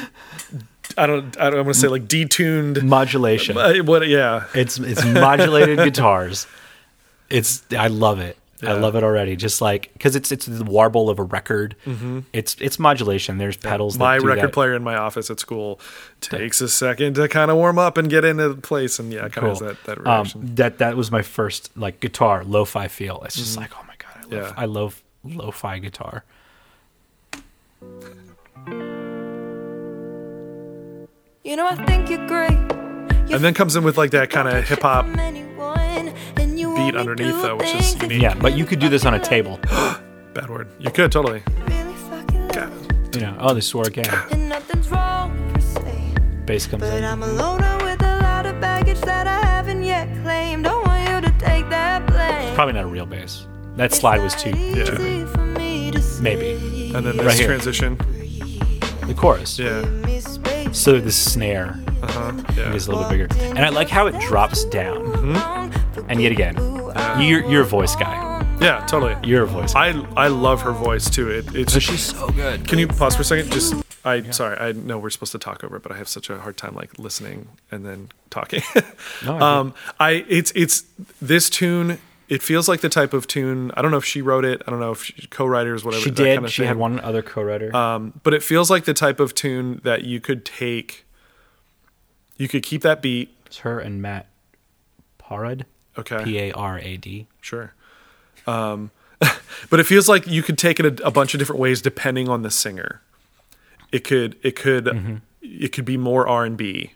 [SPEAKER 2] I don't. I don't want to say like detuned.
[SPEAKER 1] Modulation.
[SPEAKER 2] Uh, what? Yeah.
[SPEAKER 1] It's it's modulated guitars. It's I love it. I
[SPEAKER 2] Yeah.
[SPEAKER 1] love it already. Just like because it's it's the warble of a record. It's it's modulation. There's pedals.
[SPEAKER 2] Mm-hmm. My
[SPEAKER 1] that do
[SPEAKER 2] record
[SPEAKER 1] that.
[SPEAKER 2] player in my office at school takes a second to kind of warm up and get into place, and yeah, kind
[SPEAKER 1] Cool.
[SPEAKER 2] of has that that
[SPEAKER 1] Um,
[SPEAKER 2] reaction.
[SPEAKER 1] that that was my first like guitar lo-fi feel. It's just like oh my god, I love
[SPEAKER 2] Mm-hmm. Yeah.
[SPEAKER 1] I love lo-fi guitar.
[SPEAKER 4] You know I think you're great.
[SPEAKER 2] and then comes in with like that kind of hip hop. beat
[SPEAKER 4] beat
[SPEAKER 2] underneath, though, which is unique.
[SPEAKER 1] Yeah, but you could do this on a table.
[SPEAKER 2] Bad word. You could totally.
[SPEAKER 4] God.
[SPEAKER 1] You know, oh they swore again.
[SPEAKER 4] And nothing's wrong per se.
[SPEAKER 1] Bass comes
[SPEAKER 4] But
[SPEAKER 1] in.
[SPEAKER 4] I'm a loner with a lot of baggage that I haven't yet claimed. Don't want you to take that blame.
[SPEAKER 1] Probably not a real bass. That slide was too
[SPEAKER 2] Yeah.
[SPEAKER 1] maybe
[SPEAKER 2] And then
[SPEAKER 1] Right
[SPEAKER 2] this
[SPEAKER 1] here.
[SPEAKER 2] transition.
[SPEAKER 1] the chorus.
[SPEAKER 2] Yeah.
[SPEAKER 1] So the snare
[SPEAKER 2] Uh-huh. Yeah.
[SPEAKER 1] is a little bit bigger, and I like how it drops down. hmm? And yet again, you're you're a voice guy.
[SPEAKER 2] Yeah, totally.
[SPEAKER 1] You're a voice. Guy.
[SPEAKER 2] I I love her voice too. It, it's
[SPEAKER 1] she's so good.
[SPEAKER 2] Can you pause for a second? Just I sorry. I know we're supposed to talk over, it, but I have such a hard time like listening and then talking.
[SPEAKER 1] No, I
[SPEAKER 2] um, I it's it's this tune. It feels like the type of tune. I don't know if she wrote it. I don't know if she, co-writers whatever.
[SPEAKER 1] She
[SPEAKER 2] that
[SPEAKER 1] did.
[SPEAKER 2] kinda
[SPEAKER 1] she had
[SPEAKER 2] thing.
[SPEAKER 1] one other co-writer.
[SPEAKER 2] Um, but it feels like the type of tune that you could take. You could keep that beat.
[SPEAKER 1] it's her and Matt Parad.
[SPEAKER 2] Okay.
[SPEAKER 1] P A R A D.
[SPEAKER 2] Sure. Um, but it feels like you could take it a, a bunch of different ways depending on the singer. It could it could it could be more R and B.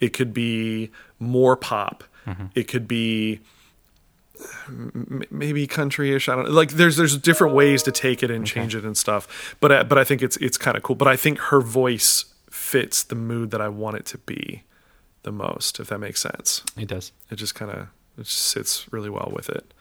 [SPEAKER 2] It could be more pop. It could be m- maybe country-ish. I don't like. There's there's different ways to take it and change it and stuff. But I, but I think it's it's kind of cool. But I think her voice fits the mood that I want it to be the most. If that makes sense,
[SPEAKER 1] It does.
[SPEAKER 2] it just kind of it just sits really well with it.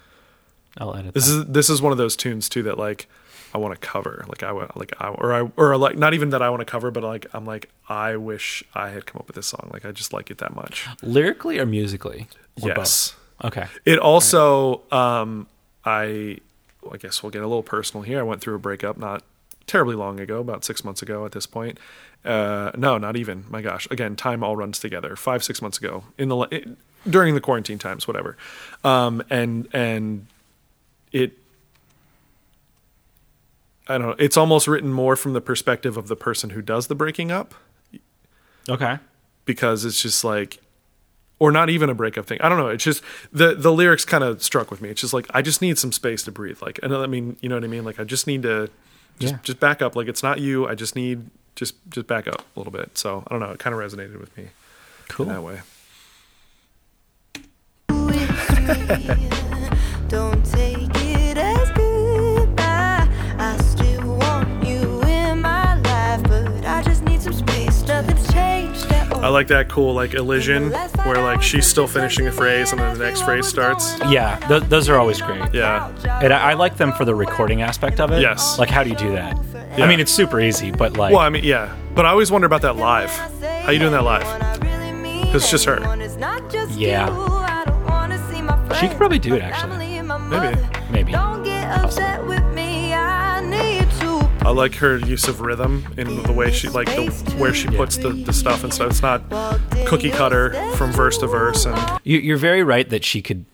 [SPEAKER 1] I'll edit.
[SPEAKER 2] This
[SPEAKER 1] that.
[SPEAKER 2] is this is one of those tunes too that like I want to cover. Like I wa- like I or I or like not even that I want to cover, but like I'm like I wish I had come up with this song. Like I just like it that much.
[SPEAKER 1] lyrically or musically. Or
[SPEAKER 2] yes.
[SPEAKER 1] both? Okay.
[SPEAKER 2] It also um I well, I guess we'll get a little personal here. I went through a breakup not terribly long ago, about six months ago at this point. Uh, no, not even. My gosh. Again, time all runs together. Five, six months ago in the la- it, during the quarantine times, whatever. Um, and and it I don't know. It's almost written more from the perspective of the person who does the breaking up
[SPEAKER 1] Okay.
[SPEAKER 2] because it's just like or not even a breakup thing. I don't know. It's just the the lyrics kind of struck with me. It's just like I just need some space to breathe. Like and I mean, you know what I mean? Like I just need to just
[SPEAKER 1] Yeah.
[SPEAKER 2] just back up. Like it's not you. I just need just just back up a little bit. So, I don't know. It kind of resonated with me in that
[SPEAKER 1] Cool.
[SPEAKER 2] way.
[SPEAKER 4] Don't take it as goodbye. I still want you in my life, but I just need some space. Nothing's changed at all.
[SPEAKER 2] I like that cool like elision where like she's still finishing a phrase and then the next phrase starts.
[SPEAKER 1] Yeah, th- those are always great.
[SPEAKER 2] Yeah.
[SPEAKER 1] And I, I like them for the recording aspect of it.
[SPEAKER 2] Yes.
[SPEAKER 1] Like, how do you do that?
[SPEAKER 2] Yeah.
[SPEAKER 1] I mean, it's super easy, but like,
[SPEAKER 2] Well, I mean, yeah. But I always wonder about that live. How you doing that live?
[SPEAKER 4] Because
[SPEAKER 2] it's just her.
[SPEAKER 1] Yeah. She could probably do it, actually.
[SPEAKER 4] Maybe.
[SPEAKER 1] Maybe.
[SPEAKER 4] Don't get upset with me. I need to
[SPEAKER 2] I like her use of rhythm in the way she like the where she puts the, the stuff and stuff. It's not cookie cutter from verse to verse and
[SPEAKER 1] you, you're very right that she could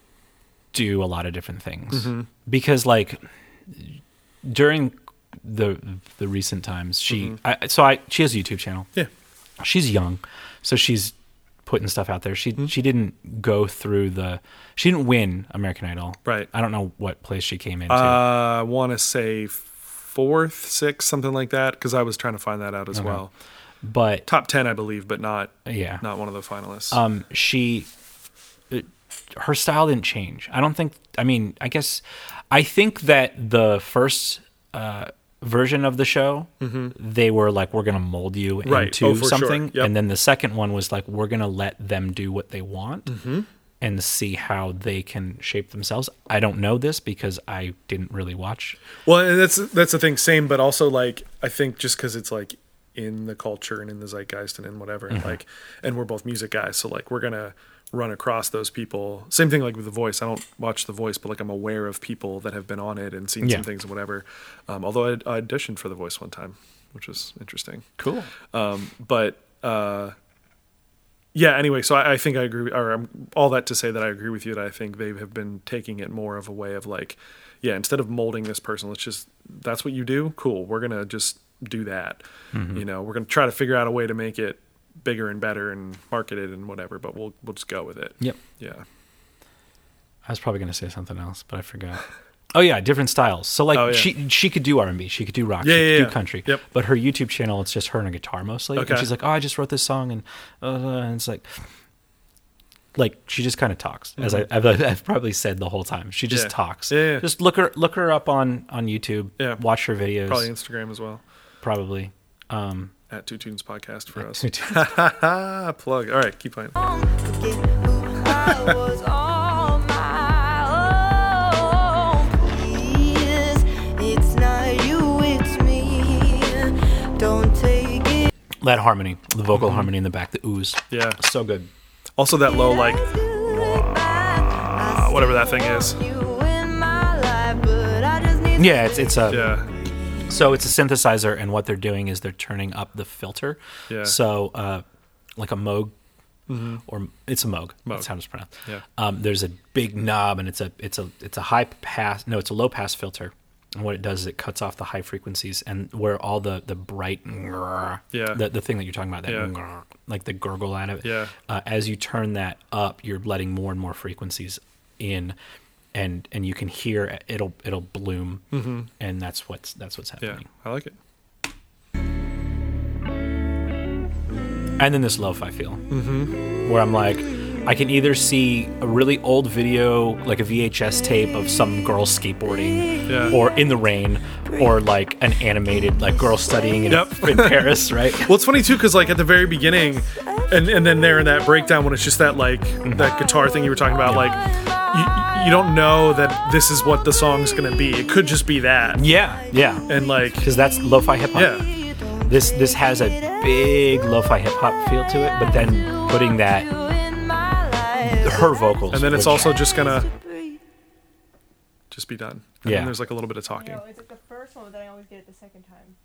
[SPEAKER 1] do a lot of different things
[SPEAKER 2] Mm-hmm.
[SPEAKER 1] because, like, during the the recent times, she
[SPEAKER 2] Mm-hmm.
[SPEAKER 1] I, so I she has a YouTube channel.
[SPEAKER 2] yeah.
[SPEAKER 1] she's young, so she's putting stuff out there. She
[SPEAKER 2] Mm-hmm.
[SPEAKER 1] she didn't go through the she didn't win American Idol.
[SPEAKER 2] Right.
[SPEAKER 1] I don't know what place she came into.
[SPEAKER 2] Uh, I want to say fourth, sixth, something like that because I was trying to find that out as well.
[SPEAKER 1] but
[SPEAKER 2] Top 10 I believe, but not
[SPEAKER 1] yeah.
[SPEAKER 2] not one of the finalists.
[SPEAKER 1] Um she it- her style didn't change. I don't think I mean, I guess I think that the first uh version of the show they were like we're going to mold you
[SPEAKER 2] Mm-hmm. Right.
[SPEAKER 1] into
[SPEAKER 2] Oh, for sure.
[SPEAKER 1] something
[SPEAKER 2] Yep.
[SPEAKER 1] and then the second one was like we're going to let them do what they want
[SPEAKER 2] Mm-hmm.
[SPEAKER 1] and see how they can shape themselves i don't know this because i didn't really watch
[SPEAKER 2] Well, and that's that's the thing. Same, but also like I think just because it's like in the culture and in the zeitgeist and in whatever, and like, and we're both music guys, so like we're gonna run across those people. Same thing like with The Voice. I don't watch The Voice, but like I'm aware of people that have been on it and seen
[SPEAKER 1] Yeah.
[SPEAKER 2] some things and whatever. Um, although I, I auditioned for The Voice one time, which was interesting.
[SPEAKER 1] cool
[SPEAKER 2] Um, but uh, yeah, anyway, so I, I think I agree, or um, all that to say that I agree with you that I think they have been taking it more of a way of like, yeah, instead of molding this person, let's just, that's what you do? Cool. We're going to just do that. You know, we're going to try to figure out a way to make it bigger and better and market it and whatever, but we'll, we'll just go with it.
[SPEAKER 1] yep
[SPEAKER 2] Yeah.
[SPEAKER 1] I was probably going to say something else, but I forgot. Oh yeah, different styles. So like
[SPEAKER 2] Oh, yeah.
[SPEAKER 1] she she could do R and B, she could do rock,
[SPEAKER 2] Yeah,
[SPEAKER 1] she could
[SPEAKER 2] yeah,
[SPEAKER 1] do
[SPEAKER 2] yeah.
[SPEAKER 1] country.
[SPEAKER 2] Yep.
[SPEAKER 1] But her YouTube channel, it's just her and a guitar mostly.
[SPEAKER 2] Okay.
[SPEAKER 1] And she's like, oh, I just wrote this song, and, uh, and it's like, like she just kind of talks. As I, I've, I've probably said the whole time, she just
[SPEAKER 2] Mm-hmm. Yeah.
[SPEAKER 1] talks.
[SPEAKER 2] Yeah, yeah.
[SPEAKER 1] Just look her look her up on on YouTube.
[SPEAKER 2] Yeah.
[SPEAKER 1] Watch her videos.
[SPEAKER 2] Probably Instagram as well
[SPEAKER 1] Probably. Um,
[SPEAKER 2] at Two Tunes Podcast for us. Ah, Plug. All right, keep playing.
[SPEAKER 4] forget who I was all my own. Please, it's not you, it's me. Don't take it.
[SPEAKER 1] that harmony, the
[SPEAKER 2] Mm-hmm.
[SPEAKER 1] vocal harmony in the back, the ooze.
[SPEAKER 2] Yeah.
[SPEAKER 1] So good.
[SPEAKER 2] Also, that low, like,
[SPEAKER 4] uh,
[SPEAKER 2] whatever that thing is.
[SPEAKER 1] Yeah, it's it's a
[SPEAKER 2] yeah.
[SPEAKER 1] So it's a synthesizer, and what they're doing is they're turning up the filter.
[SPEAKER 2] Yeah. Mm-hmm.
[SPEAKER 1] So, uh, like a Moog, or it's a Moog.
[SPEAKER 2] Moog.
[SPEAKER 1] That's how it's pronounced.
[SPEAKER 2] Yeah.
[SPEAKER 1] Um, there's a big knob, and it's a it's a it's a high pass. No, it's a low pass filter. And what it does is it cuts off the high frequencies, and where all the the bright,
[SPEAKER 2] Yeah.
[SPEAKER 1] the, the thing that you're talking about, that
[SPEAKER 2] Yeah.
[SPEAKER 1] like the gurgle out of it.
[SPEAKER 2] Yeah.
[SPEAKER 1] Uh, as you turn that up, you're letting more and more frequencies in, and and you can hear it'll it'll bloom, and that's what's that's what's
[SPEAKER 2] Mm-hmm. Yeah.
[SPEAKER 1] happening.
[SPEAKER 2] I like it.
[SPEAKER 1] And then this lo-fi feel, mm-hmm. where I'm like, I can either see a really old video, like a VHS tape of some girl skateboarding,
[SPEAKER 2] Yeah.
[SPEAKER 1] or in the rain, or like an animated like girl studying in,
[SPEAKER 2] Yep.
[SPEAKER 1] in Paris, right?
[SPEAKER 2] Well, it's funny too because like at the very beginning, and and then there in that breakdown when it's just that like that guitar thing you were talking about, like you, you don't know that this is what the song's gonna be. It could just be that,
[SPEAKER 1] Yeah, yeah.
[SPEAKER 2] and like
[SPEAKER 1] Because that's lo-fi hip hop.
[SPEAKER 2] yeah,
[SPEAKER 1] This this has a big lo-fi hip hop feel to it, but then putting that
[SPEAKER 4] Her
[SPEAKER 1] her vocals,
[SPEAKER 2] and then it's
[SPEAKER 1] which-
[SPEAKER 2] also just gonna just be done. And
[SPEAKER 1] Yeah.
[SPEAKER 2] then there's like a little bit of talking.
[SPEAKER 5] No, it's like the first one, but then I always get it the second time.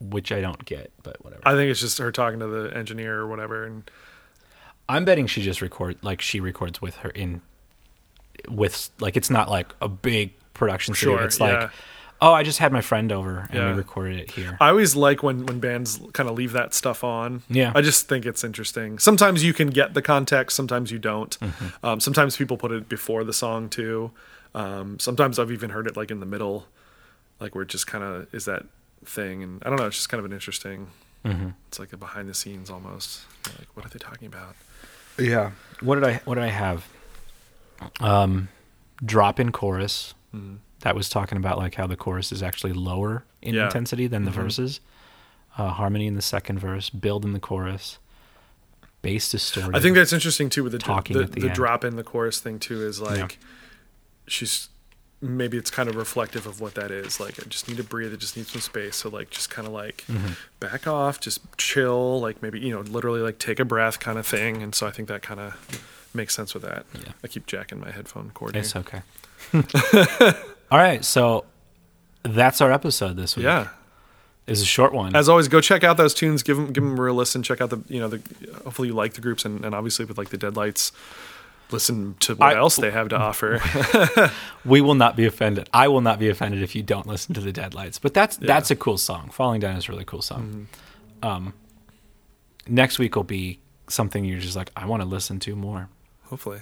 [SPEAKER 1] which I don't get, but whatever.
[SPEAKER 2] I think it's just her talking to the engineer or whatever, and
[SPEAKER 1] I'm betting she just record like she records with her in with like it's not like a big production studio.
[SPEAKER 2] Sure,
[SPEAKER 1] it's
[SPEAKER 2] yeah.
[SPEAKER 1] like oh, I just had my friend over and
[SPEAKER 2] Yeah.
[SPEAKER 1] we recorded it here.
[SPEAKER 2] I always like when when bands kind of leave that stuff on.
[SPEAKER 1] Yeah.
[SPEAKER 2] I just think it's interesting. Sometimes you can get the context, sometimes you don't.
[SPEAKER 1] Mm-hmm.
[SPEAKER 2] Um, sometimes people put it before the song too. Um, sometimes I've even heard it like in the middle, like where it just kind of is that thing, and I don't know. It's just kind of an interesting.
[SPEAKER 1] Mm-hmm.
[SPEAKER 2] It's like a behind the scenes almost. Like what are they talking about?
[SPEAKER 1] yeah. What did I what did I have? Um drop in chorus.
[SPEAKER 2] Mm-hmm.
[SPEAKER 1] That was talking about like how the chorus is actually lower in
[SPEAKER 2] Yeah. Mm-hmm.
[SPEAKER 1] intensity than the verses. Uh, harmony in the second verse, build in the chorus, bass distorted.
[SPEAKER 2] I think that's interesting too with the
[SPEAKER 1] Talking
[SPEAKER 2] the,
[SPEAKER 1] at the
[SPEAKER 2] the
[SPEAKER 1] end.
[SPEAKER 2] drop in the chorus thing too is like she's maybe it's kind of reflective of what that is like I just need to breathe I just need some space so like just kind of like
[SPEAKER 1] Mm-hmm.
[SPEAKER 2] back off just chill like maybe you know literally like take a breath kind of thing and so I think that kind of makes sense with that
[SPEAKER 1] Yeah.
[SPEAKER 2] I keep jacking my headphone cord
[SPEAKER 1] It's
[SPEAKER 2] here.
[SPEAKER 1] okay. All right, so that's our episode this week.
[SPEAKER 2] yeah
[SPEAKER 1] it's a short one.
[SPEAKER 2] as always go check out those tunes give them give them a real listen check out the you know the hopefully you like the groups and, and obviously with like the deadlights listen to what
[SPEAKER 1] I-
[SPEAKER 2] else they have to offer
[SPEAKER 1] we will not be offended. I will not be offended if you don't listen to the Deadlights. But that's that's a cool song. Falling Down is a really cool song. Um, next week will be something you're just like, I want to listen to more.
[SPEAKER 2] Hopefully.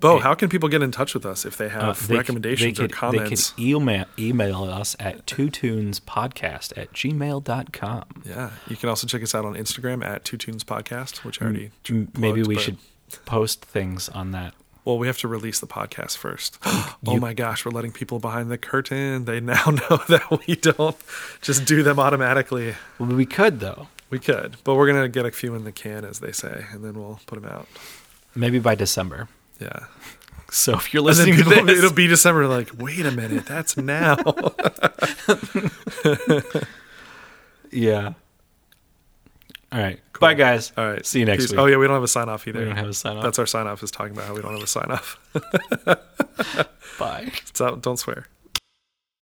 [SPEAKER 2] Bo,
[SPEAKER 1] Hey.
[SPEAKER 2] how can people get in touch with us if they have
[SPEAKER 1] Uh, they c-
[SPEAKER 2] recommendations
[SPEAKER 1] they could, e-
[SPEAKER 2] or comments?
[SPEAKER 1] They could email, email us at two tunes podcast at gmail.com.
[SPEAKER 2] yeah. You can also check us out on Instagram at Two Tunes Podcast,
[SPEAKER 1] Mm.
[SPEAKER 2] which I already
[SPEAKER 1] M- Maybe
[SPEAKER 2] plugged,
[SPEAKER 1] we
[SPEAKER 2] but-
[SPEAKER 1] should post things on that.
[SPEAKER 2] Well, we have to release the podcast first. oh my gosh, we're letting people behind the curtain. They now know that we don't just do them automatically.
[SPEAKER 1] Well, we could, though.
[SPEAKER 2] We could, but we're gonna get a few in the can, as they say, and then we'll put them out.
[SPEAKER 1] Maybe by December.
[SPEAKER 2] Yeah.
[SPEAKER 1] So if you're
[SPEAKER 2] And then
[SPEAKER 1] listening
[SPEAKER 2] people,
[SPEAKER 1] to this,
[SPEAKER 2] it'll be December. Like, wait a minute, that's now.
[SPEAKER 1] yeah. All right. Bye, guys.
[SPEAKER 2] All right.
[SPEAKER 1] See you next
[SPEAKER 2] Peace.
[SPEAKER 1] week.
[SPEAKER 2] Oh yeah, we don't have a sign off either.
[SPEAKER 1] We don't have a sign-off.
[SPEAKER 2] That's our sign off is talking about how we don't have a sign off.
[SPEAKER 1] Bye.
[SPEAKER 2] So don't swear.